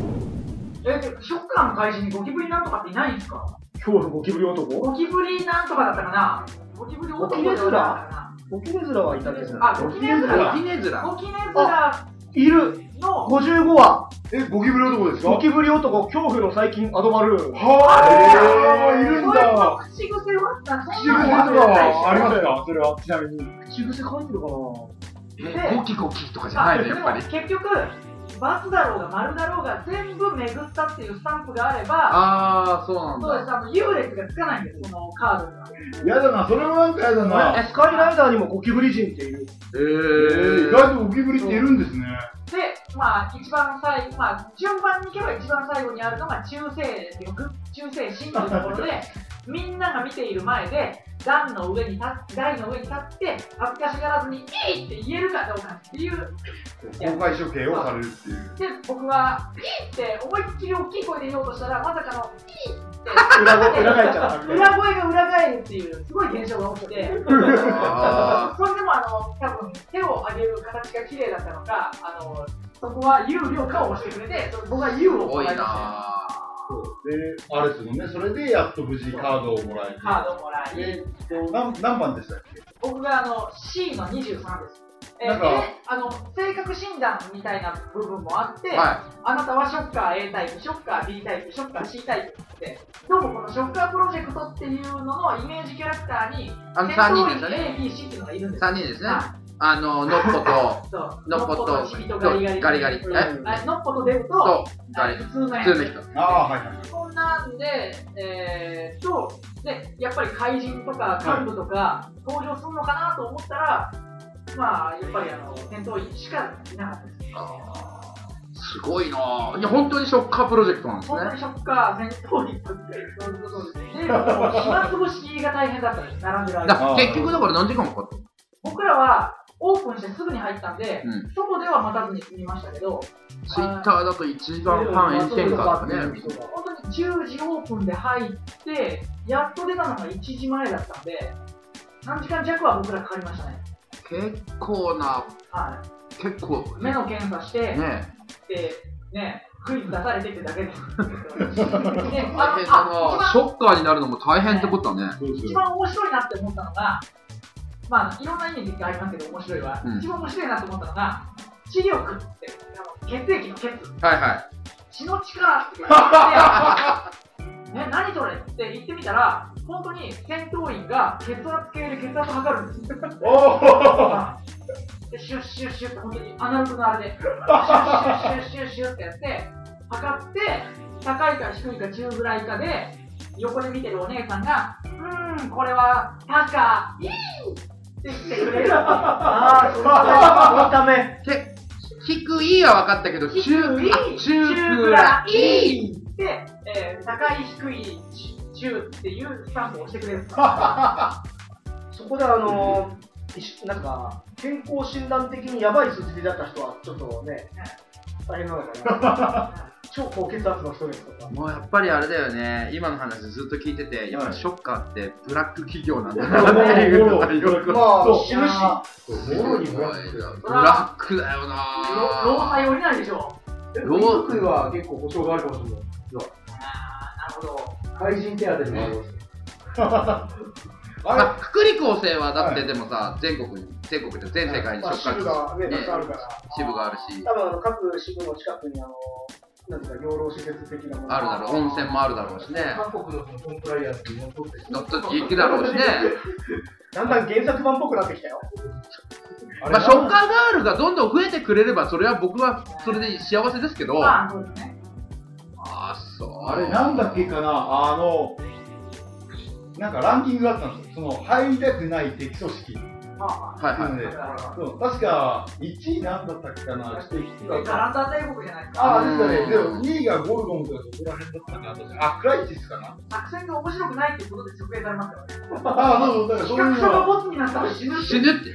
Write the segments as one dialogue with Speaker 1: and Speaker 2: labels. Speaker 1: って、ショッカーの怪人にゴキブリなんとかっていないんですか
Speaker 2: 恐怖ゴキブリ男
Speaker 1: ゴキブリなんとかだったかなゴキブリ男だったか
Speaker 2: ゴキネズラはいたけど。
Speaker 1: あゴキネズラ
Speaker 3: キネズ
Speaker 1: な
Speaker 3: ラ
Speaker 1: ゴキネズラ
Speaker 2: いる
Speaker 1: の、
Speaker 2: !55 話
Speaker 4: え、ゴキブリ男ですか
Speaker 2: ゴキブリ男恐怖の最近アドバルーン。
Speaker 4: はーい、いる
Speaker 1: そうい
Speaker 4: ん
Speaker 1: うの
Speaker 4: だ。
Speaker 1: 口癖はあった
Speaker 4: 口
Speaker 1: そん
Speaker 4: 癖
Speaker 1: なのあったでしょ
Speaker 4: はありますかそれは、ちなみに。
Speaker 2: 口癖書いてるかな
Speaker 3: えゴキゴキとかじゃ
Speaker 1: あ
Speaker 3: ないの
Speaker 1: で
Speaker 3: やっ
Speaker 1: も
Speaker 3: ぱり
Speaker 1: 結局バツだろうが丸だろうが全部めぐったっていうスタンプがあれば
Speaker 3: ああそうなん
Speaker 1: そうで
Speaker 3: だ
Speaker 1: すあの優劣がつかないんですそのカードが
Speaker 4: やだな、それもなんかやだな。
Speaker 2: えスカイライダーにもゴキブリ人っていう。
Speaker 4: え
Speaker 3: え
Speaker 4: ー、意
Speaker 3: ー、
Speaker 4: 外とゴキブリっているんですね。
Speaker 1: でまあ一番最後まあ順番にいけば一番最後にあるのが中世力中世神というところ でみんなが見ている前で段の上に立って台の上に立って恥ずかしがらずに「いい!」って言えるかどうかっていう
Speaker 4: 公開処刑をされるっていう。
Speaker 1: で僕は「いい!」って思いっきり大きい声で言おうとしたらまさかの「いい!」って
Speaker 2: 裏声、裏返っちゃったみたいな。
Speaker 1: 裏声が裏返るっていうすごい現象が起きて
Speaker 3: あ
Speaker 1: それでもあの多分手を上げる形が綺麗だったのかあのそこは有料化を押してくれてそ僕は有
Speaker 3: ー
Speaker 1: を
Speaker 3: 多
Speaker 1: も
Speaker 3: い
Speaker 1: らいましたよ
Speaker 3: な
Speaker 4: で、あれですもんね、それでやっと無事カードをもらえて。
Speaker 1: カードをもらい
Speaker 4: えっと、何何番でしたっけ
Speaker 1: 僕があの C の23ですえ
Speaker 4: なんか
Speaker 1: であの性格診断みたいな部分もあって、
Speaker 3: は
Speaker 1: あなたはショッカー A タイプ、ショッカー B タイプ、ショッカー C タイプって、どうもこのショッカープロジェクトっていうののイメージキャラクターに、
Speaker 3: いあの3人ですよね
Speaker 1: A、B、C っていうのがいるんですよ
Speaker 3: 3人ですね
Speaker 1: はい
Speaker 3: あのノッポと
Speaker 1: そう
Speaker 3: ノッポと
Speaker 1: チビとガリガリ
Speaker 3: ガリガリ
Speaker 1: うん
Speaker 3: え
Speaker 1: あノッポとデブと
Speaker 3: と
Speaker 1: あ
Speaker 3: 誰
Speaker 1: 普通のやつ
Speaker 3: 普通の人
Speaker 4: ああ、はいはい。
Speaker 1: こんなんでえー、っとでやっぱり怪人とか幹部とか登場するのかなと思ったら、まあやっぱりあの戦闘員しかいなかったです
Speaker 3: あーすごいなぁいや本当にショッカープロジェクトなんですね
Speaker 1: 本当にショッカー戦闘員って そういうことですねでもう暇つぶしが大変だったです並んでる
Speaker 3: だ
Speaker 1: 間
Speaker 3: から結局だから何時間もかかった
Speaker 1: 僕らはオープンしてすぐに入ったんで、
Speaker 3: うん
Speaker 1: 外では待たずに済みましたけど
Speaker 3: ツイッターだと1時間半炎天下とかね
Speaker 1: 本当に10時オープンで入って、やっと出たのが1時前だったんで、3時間弱は僕らかかりましたね。
Speaker 3: 結構な
Speaker 1: は
Speaker 3: 結構
Speaker 1: い、目の検査して、
Speaker 3: ね
Speaker 1: でね、クイズ出されてってだ けです。ね、あ
Speaker 3: え大変だ
Speaker 1: あ
Speaker 3: なショッカーになるのも大変ってことだね
Speaker 4: そうです
Speaker 1: 一番一
Speaker 4: よ。
Speaker 1: 番面白いなって思ったのが、まあ、いろんな意味でありますけど、面白いは、
Speaker 3: うん
Speaker 1: 一番面白いなと思ったのが、知力って、あの血液の血、
Speaker 3: はいはい
Speaker 1: 血の力 って言って、ね、何それって言ってみたら、本当に戦闘員が血圧計で血圧測るんですよ。
Speaker 4: お
Speaker 1: で、シュッシュッシュッって、本当にアナログのあれで、シュッシュッシュッシュッシュッってやって、測って、高いか低いか中ぐらいかで、横で見てるお姉さんが、うーん、これは、高いって言ってくれる。ああ、そう
Speaker 2: ああ、そのため。
Speaker 3: で低いは分かったけど中
Speaker 1: 低い
Speaker 3: あ中
Speaker 1: 中
Speaker 3: ぐ
Speaker 1: ぐ
Speaker 3: ら
Speaker 1: ら
Speaker 3: い
Speaker 1: いで、えー高い、低い、中っていうスタンプを押してくれるんです
Speaker 2: そこであのー一緒なんか健康診断的にやばい数字だった人はちょっとね大変なのかな超高血圧の人ですとか
Speaker 3: もうやっぱりあれだよね今の話ずっと聞いててやっぱショッカーってブラック企業なんだなっていうのがよく
Speaker 2: ま
Speaker 4: そ
Speaker 2: あ
Speaker 4: う
Speaker 2: 死ぬし
Speaker 4: ぉもろにブラック
Speaker 3: ブラックだよ
Speaker 1: よ。労
Speaker 3: な
Speaker 1: 災降りないでしょ
Speaker 5: え
Speaker 3: ど
Speaker 5: 飲
Speaker 3: う
Speaker 5: 食は結構保証があるかもしれない。
Speaker 1: ああ、なるほど。
Speaker 5: 廃人手当でもあります。
Speaker 4: あれ
Speaker 3: まあ福利厚生はだってでもさ全国に全国で全世界にシ
Speaker 2: ま
Speaker 3: ョ
Speaker 2: あ、
Speaker 3: ッ
Speaker 2: 支
Speaker 3: カ
Speaker 2: 部
Speaker 3: ー
Speaker 2: がね
Speaker 3: ね
Speaker 2: たくさんあるから
Speaker 3: 支部があるし
Speaker 2: 多分あの各支部の近くにあのなんていうか養老施設的なものが
Speaker 3: あるだろう温泉もあるだろうしね
Speaker 5: 韓国のコンプライアンスに戻ってきて
Speaker 3: 乗っ取って行くだろうしね
Speaker 2: だんだん原作版っぽくなってきたよ
Speaker 3: まあ、ショッカーガールがどんどん増えてくれれば、それは僕はそれで幸せですけど、
Speaker 1: ま
Speaker 3: あ
Speaker 1: あ、そうですね。
Speaker 3: あ、そう。
Speaker 4: あれ、なんだっけかな、あの、なんかランキングがあったんですよ。その、入りたくない敵組織っていう
Speaker 1: まあ
Speaker 3: はいはい
Speaker 4: の。で、
Speaker 1: まあ。
Speaker 4: そう確か1位なんだったっけかな、ちょっと聞
Speaker 1: でガランダ帝国じゃないですか。
Speaker 4: ああ、ですよね。でも2位がゴルゴンとかそこら辺だったかな、確かあ、クライチスかな。
Speaker 1: 作戦が面白くないっていうことで測定されますからね。
Speaker 4: ああ、そうそう、だからそういう
Speaker 1: 企画書
Speaker 4: の
Speaker 1: が
Speaker 4: は。
Speaker 1: ボツになったら死ぬって
Speaker 3: 死ぬって。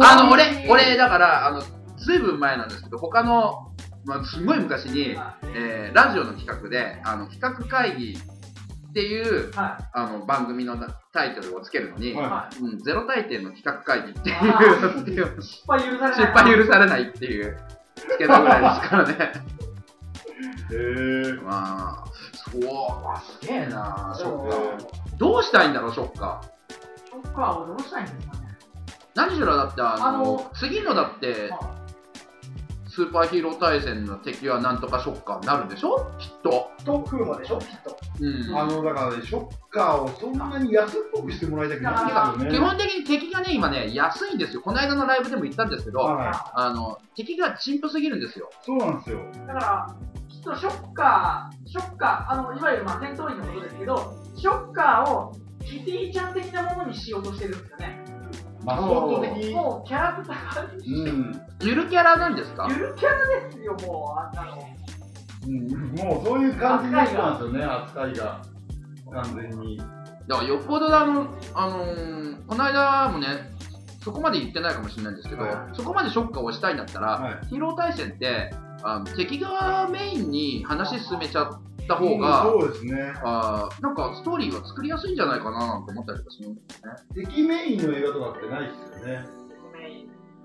Speaker 3: あの、俺、俺、だから、あの、ずいぶん前なんですけど、他の、まあ、すごい昔に、
Speaker 1: は
Speaker 3: えーラジオの企画で、あの、企画会議っていう、
Speaker 1: は
Speaker 3: あの、番組のタイトルをつけるのに、
Speaker 4: はい
Speaker 3: うん、ゼロ大抵の企画会議って
Speaker 1: あー
Speaker 3: いう、
Speaker 1: 失敗許されない。
Speaker 3: 失敗許されないっていう、つけたぐらいですからね。
Speaker 4: え。
Speaker 3: まあ、そう、わすげえな、シ
Speaker 2: で
Speaker 3: ョ
Speaker 2: も
Speaker 3: ッカ。どうしたいんだろう、ショッカ。
Speaker 1: そっか、どうしたいんですかね。
Speaker 3: 何しろだって、あの、
Speaker 1: あの
Speaker 3: 次のだって、スーパーヒーロー対戦の敵はなんとかショッカーになるんでしょきっと。
Speaker 2: と、クーマでしょ、きっと。
Speaker 3: うん。
Speaker 4: あの、だからね、ショッカーをそんなに安っぽくしてもらいたくないんです
Speaker 3: 基
Speaker 4: よね。
Speaker 3: 本的に敵がね、今ね、安いんですよ。この間のライブでも言ったんですけど、
Speaker 4: は
Speaker 3: あの、敵がチンプすぎるんですよ。
Speaker 4: い。そうなんですよ。
Speaker 1: だから、きっとショッカー、ショッカー、あのいわゆるまあ戦闘員のことですけど、ショッカーをキティちゃん的なものにしようとしてるんですよね。
Speaker 4: まあ、相当的に。
Speaker 1: もうキャラクターに、
Speaker 4: うん。
Speaker 3: ゆるキャラなんですか
Speaker 1: ゆるキャラですよ、もう、あんなの。
Speaker 4: うんもうそういう感じになったんですよね、扱いが。完全に。
Speaker 3: だからよっぽどあの、あのーこの間もね、そこまで言ってないかもしれないんですけど、
Speaker 4: は
Speaker 3: そこまでショッカーをしたいんだったら、
Speaker 4: は
Speaker 3: ヒーロー対戦ってあの敵側メインに話進めちゃった方が、
Speaker 4: うんそうですね。
Speaker 3: あーなんかストーリーは作りやすいんじゃないかなと思ったりとかするんですよね。
Speaker 4: 敵メインの映画とかってないですよね。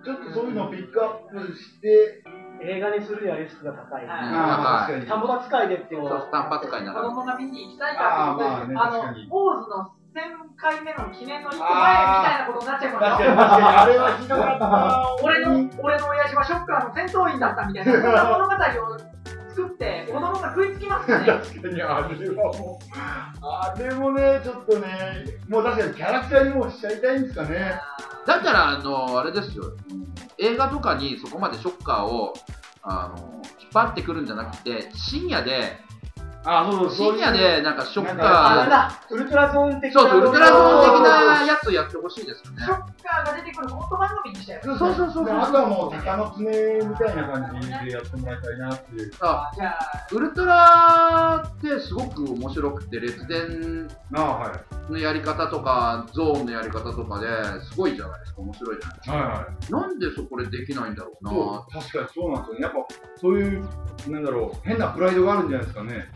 Speaker 4: ちょっとそういうのをピックアップして、
Speaker 2: 映画にするにはリスクが高
Speaker 1: はい
Speaker 2: い。
Speaker 4: ああ、確
Speaker 2: 田
Speaker 4: か
Speaker 2: ん
Speaker 4: に。
Speaker 2: ぼだ使いでっていう
Speaker 3: そ
Speaker 2: の
Speaker 3: う
Speaker 2: は
Speaker 3: スタンパ使いな
Speaker 1: 子
Speaker 3: ら。
Speaker 1: 供が見に行きたいかっていうことで、
Speaker 4: あーまあ
Speaker 1: あ
Speaker 4: ね
Speaker 1: の
Speaker 4: 確かに、
Speaker 1: オーズの1000回目の記念の一個前みたいなことになっちゃい
Speaker 4: 確
Speaker 1: ます
Speaker 4: か
Speaker 1: よ。
Speaker 4: に確かに、あれはひどかったな。
Speaker 1: 俺の、俺の親父はショッカーの戦闘員だったみたいな、そんな物語を作って、子供が食いつきますね。
Speaker 4: 確かに、あれはもう、あれもね、ちょっとね、もう確かにキャラクターにもうしちゃいたいんですかね。
Speaker 3: だったら、あのーあれですよ、映画とかにそこまでショッカーを、あのー引っ張ってくるんじゃなくて、深夜で、
Speaker 4: あ、そう
Speaker 3: 深夜でなんかショッ
Speaker 2: あれ
Speaker 3: カ
Speaker 2: だ、ウルトラゾーン
Speaker 3: ー、
Speaker 2: 的な。
Speaker 3: そうそう、ウルトラゾーン的な
Speaker 2: な。
Speaker 3: やつやってほしいですよね
Speaker 1: シ。ョッカーが出てくるコント番組にしたよ。
Speaker 4: そうそうそうそう。あとはもう、鷹の爪みたいな感じでやってもらいたいなっていう。
Speaker 3: あ
Speaker 1: じゃあ、
Speaker 3: ウルトラってすごく面白くて、列伝
Speaker 4: ああ、はい。
Speaker 3: のやり方とか、ゾーンのやり方とかですごいじゃないですか、面白いじゃないで
Speaker 4: はいはい。
Speaker 3: すか。なんでそこでできないんだろうな
Speaker 4: そう確かにそうなんですよねやっぱそういうなんだろう変なプライドがあるんじゃないですかね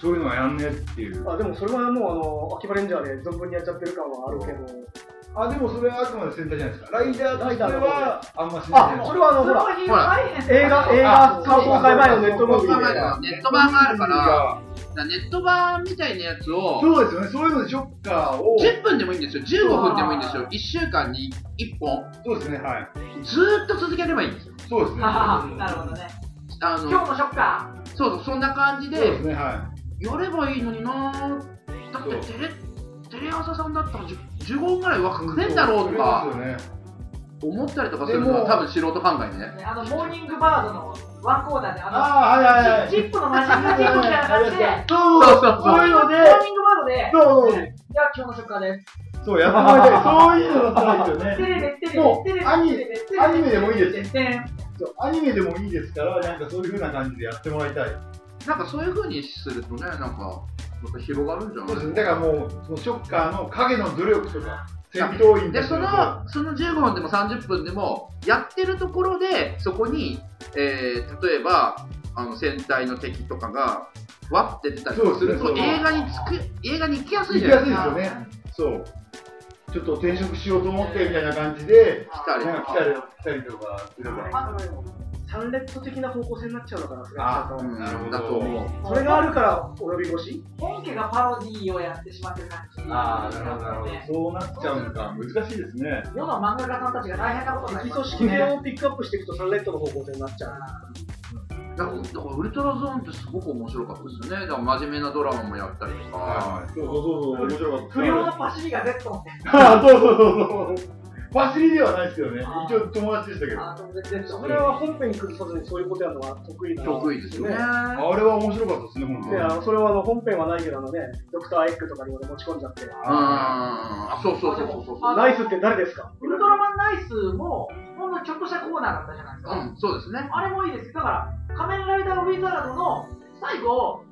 Speaker 4: そういうのはやんねえっていう
Speaker 2: あでもそれはもうあの秋葉レンジャーで存分にやっちゃってる感はあるけど、
Speaker 4: あでもそれはあくまでセンターじゃないですかライダーとしてはあんましない
Speaker 2: あそれはあのほら
Speaker 1: ヒーロー大変
Speaker 2: 映画映画公開前のネットムービ
Speaker 3: この
Speaker 2: ー
Speaker 3: 前
Speaker 2: で
Speaker 3: のネット版があるから、だからネット版みたいなやつを、
Speaker 4: そうですよねそういうのでショッカーを
Speaker 3: 10分でもいいんですよ、15分でもいいんですよ、1週間に1本、
Speaker 4: そうですねはい
Speaker 3: ずーっと続ければいいんですよ。
Speaker 4: そうですね
Speaker 1: なるほどね。
Speaker 3: あ
Speaker 1: 今
Speaker 3: の
Speaker 1: 日のショッカ
Speaker 3: そうそう、そんな感じ
Speaker 4: そう
Speaker 3: で
Speaker 4: で、すねは
Speaker 3: やればいいのになーだってテレテレ朝さんだったら10 15分ぐらい枠くれんだろうとか
Speaker 4: そうですよね
Speaker 3: 思ったりとかするのは
Speaker 4: でも
Speaker 3: 多分素人考えね
Speaker 1: ー、あの、モーニングバードのワンコーナーで、あの、
Speaker 4: ああはいはいはい
Speaker 1: チップのマシンガンチップみたいな感じで、
Speaker 4: そう
Speaker 3: そう
Speaker 4: そう
Speaker 3: そう
Speaker 4: そういうので
Speaker 1: モーニングバードで、
Speaker 4: そう
Speaker 1: じゃあ今日のショッカーです。
Speaker 4: そうやってもらいたいそういうのだったらいいですよね
Speaker 1: テ レレテレ
Speaker 4: もう
Speaker 1: レテレレ
Speaker 4: アニ
Speaker 1: テレレテレレ
Speaker 4: アニメでもいいです
Speaker 1: テレレ
Speaker 4: そうアニメでもいいですからなんかそういう風な感じでやってもらいたい
Speaker 3: なんかそういう風にするとねなんかまた広がるんじゃ
Speaker 4: そうです
Speaker 3: な
Speaker 4: ね
Speaker 3: い
Speaker 4: だからもうそのショッカーの影の努力とか戦闘員
Speaker 3: で
Speaker 4: たち
Speaker 3: そのその15分でも30分でもやってるところでそこに、えー例えばあの戦隊の敵とかがわって出たりとかする
Speaker 4: そ
Speaker 3: と
Speaker 4: うですね
Speaker 3: 映画につく映画に行きやすい
Speaker 4: 行
Speaker 3: じ
Speaker 4: き
Speaker 3: ゃ
Speaker 4: や
Speaker 3: ない
Speaker 4: す
Speaker 3: で
Speaker 4: い
Speaker 3: す
Speaker 4: で
Speaker 3: か
Speaker 4: すよね。そう。ちょっと転職しようと思ってみたいな感じで、
Speaker 3: 来たり
Speaker 4: なん
Speaker 3: と
Speaker 4: か来
Speaker 3: か
Speaker 4: たり来たりとかすれば。
Speaker 1: あ
Speaker 2: 三レッド的な方向性になっちゃうのかな、それ
Speaker 4: あ
Speaker 2: は
Speaker 3: うん
Speaker 4: なるほど
Speaker 3: だと思う
Speaker 2: それがあるからお呼び腰
Speaker 1: 本家がパロディーをやってしまってる感じ。
Speaker 4: ど。そうなっちゃうのか、難しいですね。
Speaker 1: 世の漫画家さんたちが大変なことにな
Speaker 2: 敵
Speaker 1: り
Speaker 2: 組
Speaker 1: ます
Speaker 2: 織名をピックアップしていくとサンレッドの方向性になっちゃう。
Speaker 3: だからだからウルトラゾーンってすごく面白かったですよねだから真面目なドラマもやったりとか、
Speaker 4: はい。そうそうそうそう、面白かった。
Speaker 1: 不良のパシリが Z って。
Speaker 4: あそうそうそうそう。ファシリではないですけどね。
Speaker 1: あー
Speaker 4: 一応友達でしたけど。
Speaker 1: あの、Z
Speaker 2: それは本編に崩さずにそういうことやるのは得意だな。
Speaker 3: 得意ですよね。
Speaker 4: あれは面白かったですね、本当
Speaker 2: で、
Speaker 4: に。
Speaker 2: あのそれはあの本編はないけどあのね、ドクターエッグとかにまで持ち込んじゃって。
Speaker 3: うん。あ、そうそうそうそうそう。
Speaker 1: あ
Speaker 2: ナイスって誰ですか
Speaker 1: ウルトラマンナイスも、ほんのちょっとしたコーナーだったじゃないですか。
Speaker 3: うん、そうですね。
Speaker 1: あれもいいですだから、仮面ライダーウィザードの最後、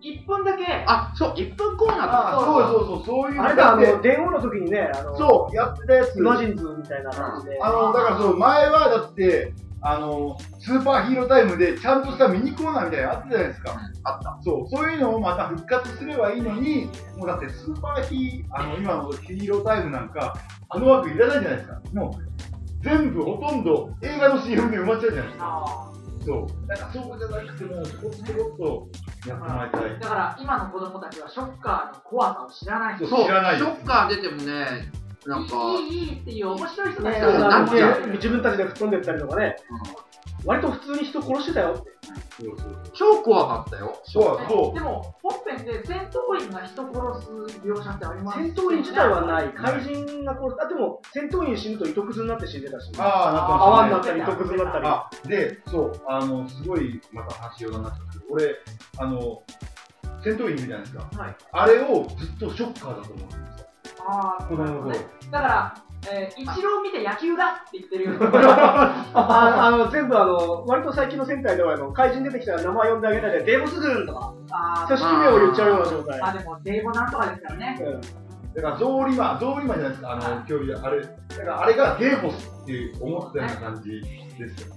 Speaker 1: 1分だけ、
Speaker 3: あ、そう、1分コーナー
Speaker 4: あ
Speaker 3: だ
Speaker 4: ーそうそうそう、そういう
Speaker 2: あれだ、あ
Speaker 4: って
Speaker 2: の、電話の時にね、あの、
Speaker 4: そう、やってたやつ。
Speaker 2: イマジンズみたいな感じで。
Speaker 4: あの、だからそう、前はだって、あの、スーパーヒーロータイムで、ちゃんとしたミニコーナーみたいなのあったじゃないですか。
Speaker 3: あった。
Speaker 4: そう、そういうのをまた復活すればいいのに、もうだってスーパーヒー、あの、今のヒーロータイムなんか、あの枠いらないじゃないですか。もう、全部ほとんど映画の CM で埋まっちゃうじゃないですか。
Speaker 1: あ
Speaker 4: そう。だからそうじゃなくても、ちょこっとちょこっとやってもらいたい。
Speaker 1: だから今の子供たちはショッカーの怖さを知らない。
Speaker 4: そう
Speaker 3: そう、
Speaker 4: 知らない
Speaker 3: ショッカー出てもね、なんか、
Speaker 1: いいいいいいっていう面白い人たち
Speaker 2: ね
Speaker 1: だ
Speaker 3: そうなっちゃう
Speaker 2: 自分たちで吹っ飛んでったりとかね、割と普通に人殺してたよって。
Speaker 4: そうそう。
Speaker 3: 超怖かったよ。
Speaker 4: そうそう。
Speaker 1: でも本編で戦闘員が人殺す描写ってあります
Speaker 2: 戦闘員自体はない、
Speaker 4: ない
Speaker 2: 怪人が殺す、あでも戦闘員死ぬと糸くずになって死んでたし、泡
Speaker 4: ああ、
Speaker 2: に
Speaker 4: な
Speaker 2: な
Speaker 4: っ
Speaker 2: ってたり糸くずになったり、
Speaker 4: ましたね。あ、で、そう、あの、すごい、また話しようだなって思うんですけど、俺、あの、戦闘員いるじゃないですか。
Speaker 1: はい
Speaker 4: あれをずっとショッカーだと思ってました。
Speaker 1: ああ
Speaker 4: 子供の頃。
Speaker 1: だから、えー、一郎見て野球だって言ってるよ
Speaker 2: ああの全部あの、割と最近の戦隊ではあの怪人出てきたら名前呼んであげたり、デーボス軍とか、
Speaker 1: あー
Speaker 2: 組織名を言っちゃうような状態。
Speaker 1: まあでもデーボなんとかですからね
Speaker 2: うん
Speaker 4: だから、ゾーリマン、ゾーリマンじゃないですか、あの、競技、あれ、だから、あれがゲーホスって思ってたような感じですよ。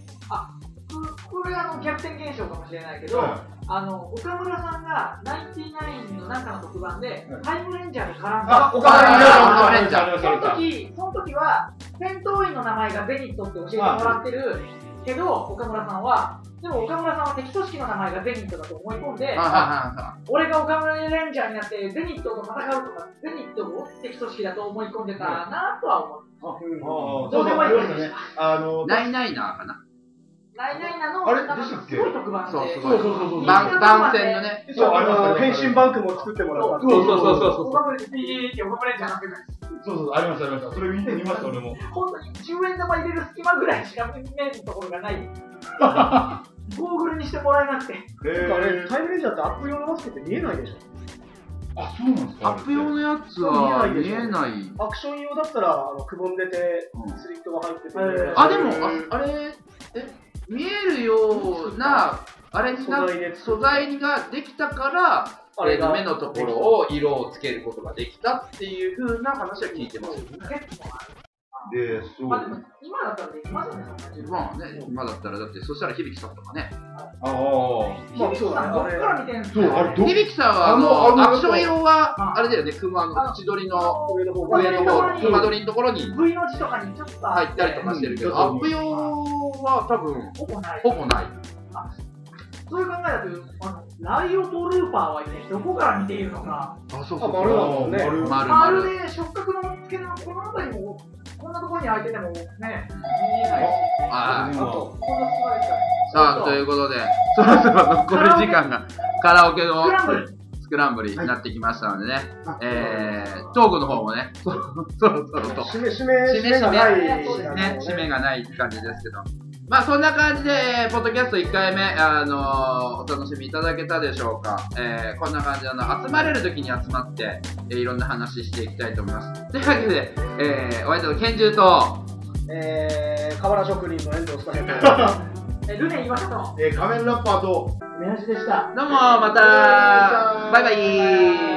Speaker 1: ここれあの逆転現象かもしれないけど、
Speaker 4: は
Speaker 1: あの岡村さんがナインティナインの中の特番で、
Speaker 4: はい
Speaker 1: タイムレンジャーに絡ん
Speaker 4: あ
Speaker 1: だ、
Speaker 4: お金
Speaker 3: レンジャー
Speaker 1: その時その時は戦闘員の名前がゼニットって教えてもらってるけど岡村さんはでも岡村さんは敵組織の名前がゼニットだと思い込んで
Speaker 3: はいは
Speaker 1: 俺が岡村レンジャーになってゼニットと戦うとかゼニットを敵組織だと思い込んでたなとは思う
Speaker 4: あ
Speaker 1: ど
Speaker 4: あ、ど
Speaker 1: う
Speaker 4: う
Speaker 1: でも
Speaker 4: でも
Speaker 1: い
Speaker 4: い
Speaker 1: いで
Speaker 4: いですすね。あの、
Speaker 3: いはいはい。ナイナイナーかな。
Speaker 1: ナイナイナの
Speaker 4: あれ
Speaker 1: なんか
Speaker 4: でしたっけ
Speaker 1: すごい特番で
Speaker 3: そう、
Speaker 4: そ
Speaker 3: すご
Speaker 4: う
Speaker 3: い
Speaker 4: そうそうそう。
Speaker 3: 番番宣のね。
Speaker 4: そう、あり
Speaker 2: あの
Speaker 4: ま
Speaker 2: 変
Speaker 4: した。
Speaker 2: 身バンクも作ってもらった
Speaker 4: そうそうそうそう
Speaker 1: 岡村レンジャー岡村レンジャーなんて
Speaker 4: そうそう、ありました、ありました。それ見てみました、俺も。
Speaker 1: 本当に10円玉入れる隙間ぐらいしか見えるところがないゴーグルにしてもらえなくて
Speaker 4: え
Speaker 2: あれ、タイムレンジャーってアップ用のマスクって見えないでしょ
Speaker 4: あ、そうなんですか
Speaker 3: アップ用のやつは見えない。
Speaker 2: アクション用だったらあのくぼんでて
Speaker 3: うん
Speaker 2: スリットが入ってて、
Speaker 1: うん
Speaker 3: あ、でも、ああれ、え、見えるような、あれに
Speaker 2: 素
Speaker 3: な
Speaker 2: 材で
Speaker 3: 素材ができたから、
Speaker 2: あ
Speaker 3: え
Speaker 2: れ
Speaker 3: ーと
Speaker 2: が
Speaker 3: 目のところを色をつけることができたっていう風な話は聞いてますよね。
Speaker 1: 結構ある
Speaker 4: で、そう。
Speaker 1: まあでも
Speaker 4: あ
Speaker 1: 今だったらできますよねそんな自
Speaker 3: まあね、今だったらだって、そしたら響さんとかね。
Speaker 4: あ。
Speaker 2: まあそうだね
Speaker 1: どっから見てんすか
Speaker 4: そう、あれ、ど、
Speaker 3: 響さんはあ
Speaker 4: あの
Speaker 3: の
Speaker 4: あの
Speaker 3: アクション色は
Speaker 1: あ
Speaker 3: あれだよね、熊の縁取りの
Speaker 2: 上の方が
Speaker 1: 熊取
Speaker 3: 上
Speaker 1: り
Speaker 3: の
Speaker 1: のところ
Speaker 3: 方、
Speaker 1: に
Speaker 3: 熊取りのところに
Speaker 1: V の字とかにちょっと
Speaker 3: 入ったりとかしてるけど、
Speaker 4: うん
Speaker 3: アップ用は多分
Speaker 1: ほぼない
Speaker 3: ほぼない。
Speaker 1: そういう考えだとあのライオトルーパーは一体どこから見ているのか
Speaker 3: あ、そう
Speaker 2: そうそう
Speaker 4: あ
Speaker 2: れ
Speaker 4: れ
Speaker 2: だ
Speaker 4: だ
Speaker 2: も
Speaker 4: も
Speaker 2: ん
Speaker 4: ん
Speaker 2: ね
Speaker 4: ね。
Speaker 3: 丸
Speaker 1: まる
Speaker 3: 々。
Speaker 1: で触覚の付け根のこの辺りもこんなところに開いててもね見えないし
Speaker 3: はい
Speaker 4: あと、
Speaker 1: こんな隙間ですから
Speaker 3: さあ、ということで、 そろそろ残り時間がカラオケの
Speaker 1: スクランブル
Speaker 3: スクランブルになってきましたのでね、えー、トークの方もね、そろそろそろと。
Speaker 2: 締め、締め、
Speaker 3: 締め
Speaker 2: 締めがない。
Speaker 3: ね、締めがない感じですけど。まあそんな感じで、えーポッドキャスト1回目、あのーお楽しみいただけたでしょうか。えーこんな感じで、あの、集まれる時に集まって、えーいろんな話していきたいと思います。というわけで、えー、お相手の拳銃と、
Speaker 2: えー、瓦職人の遠藤スカヘッ
Speaker 1: えルネ岩佐と
Speaker 4: えー、仮面ラッパーと、
Speaker 2: ド。宮地でした。
Speaker 3: どうも、また、バイバイ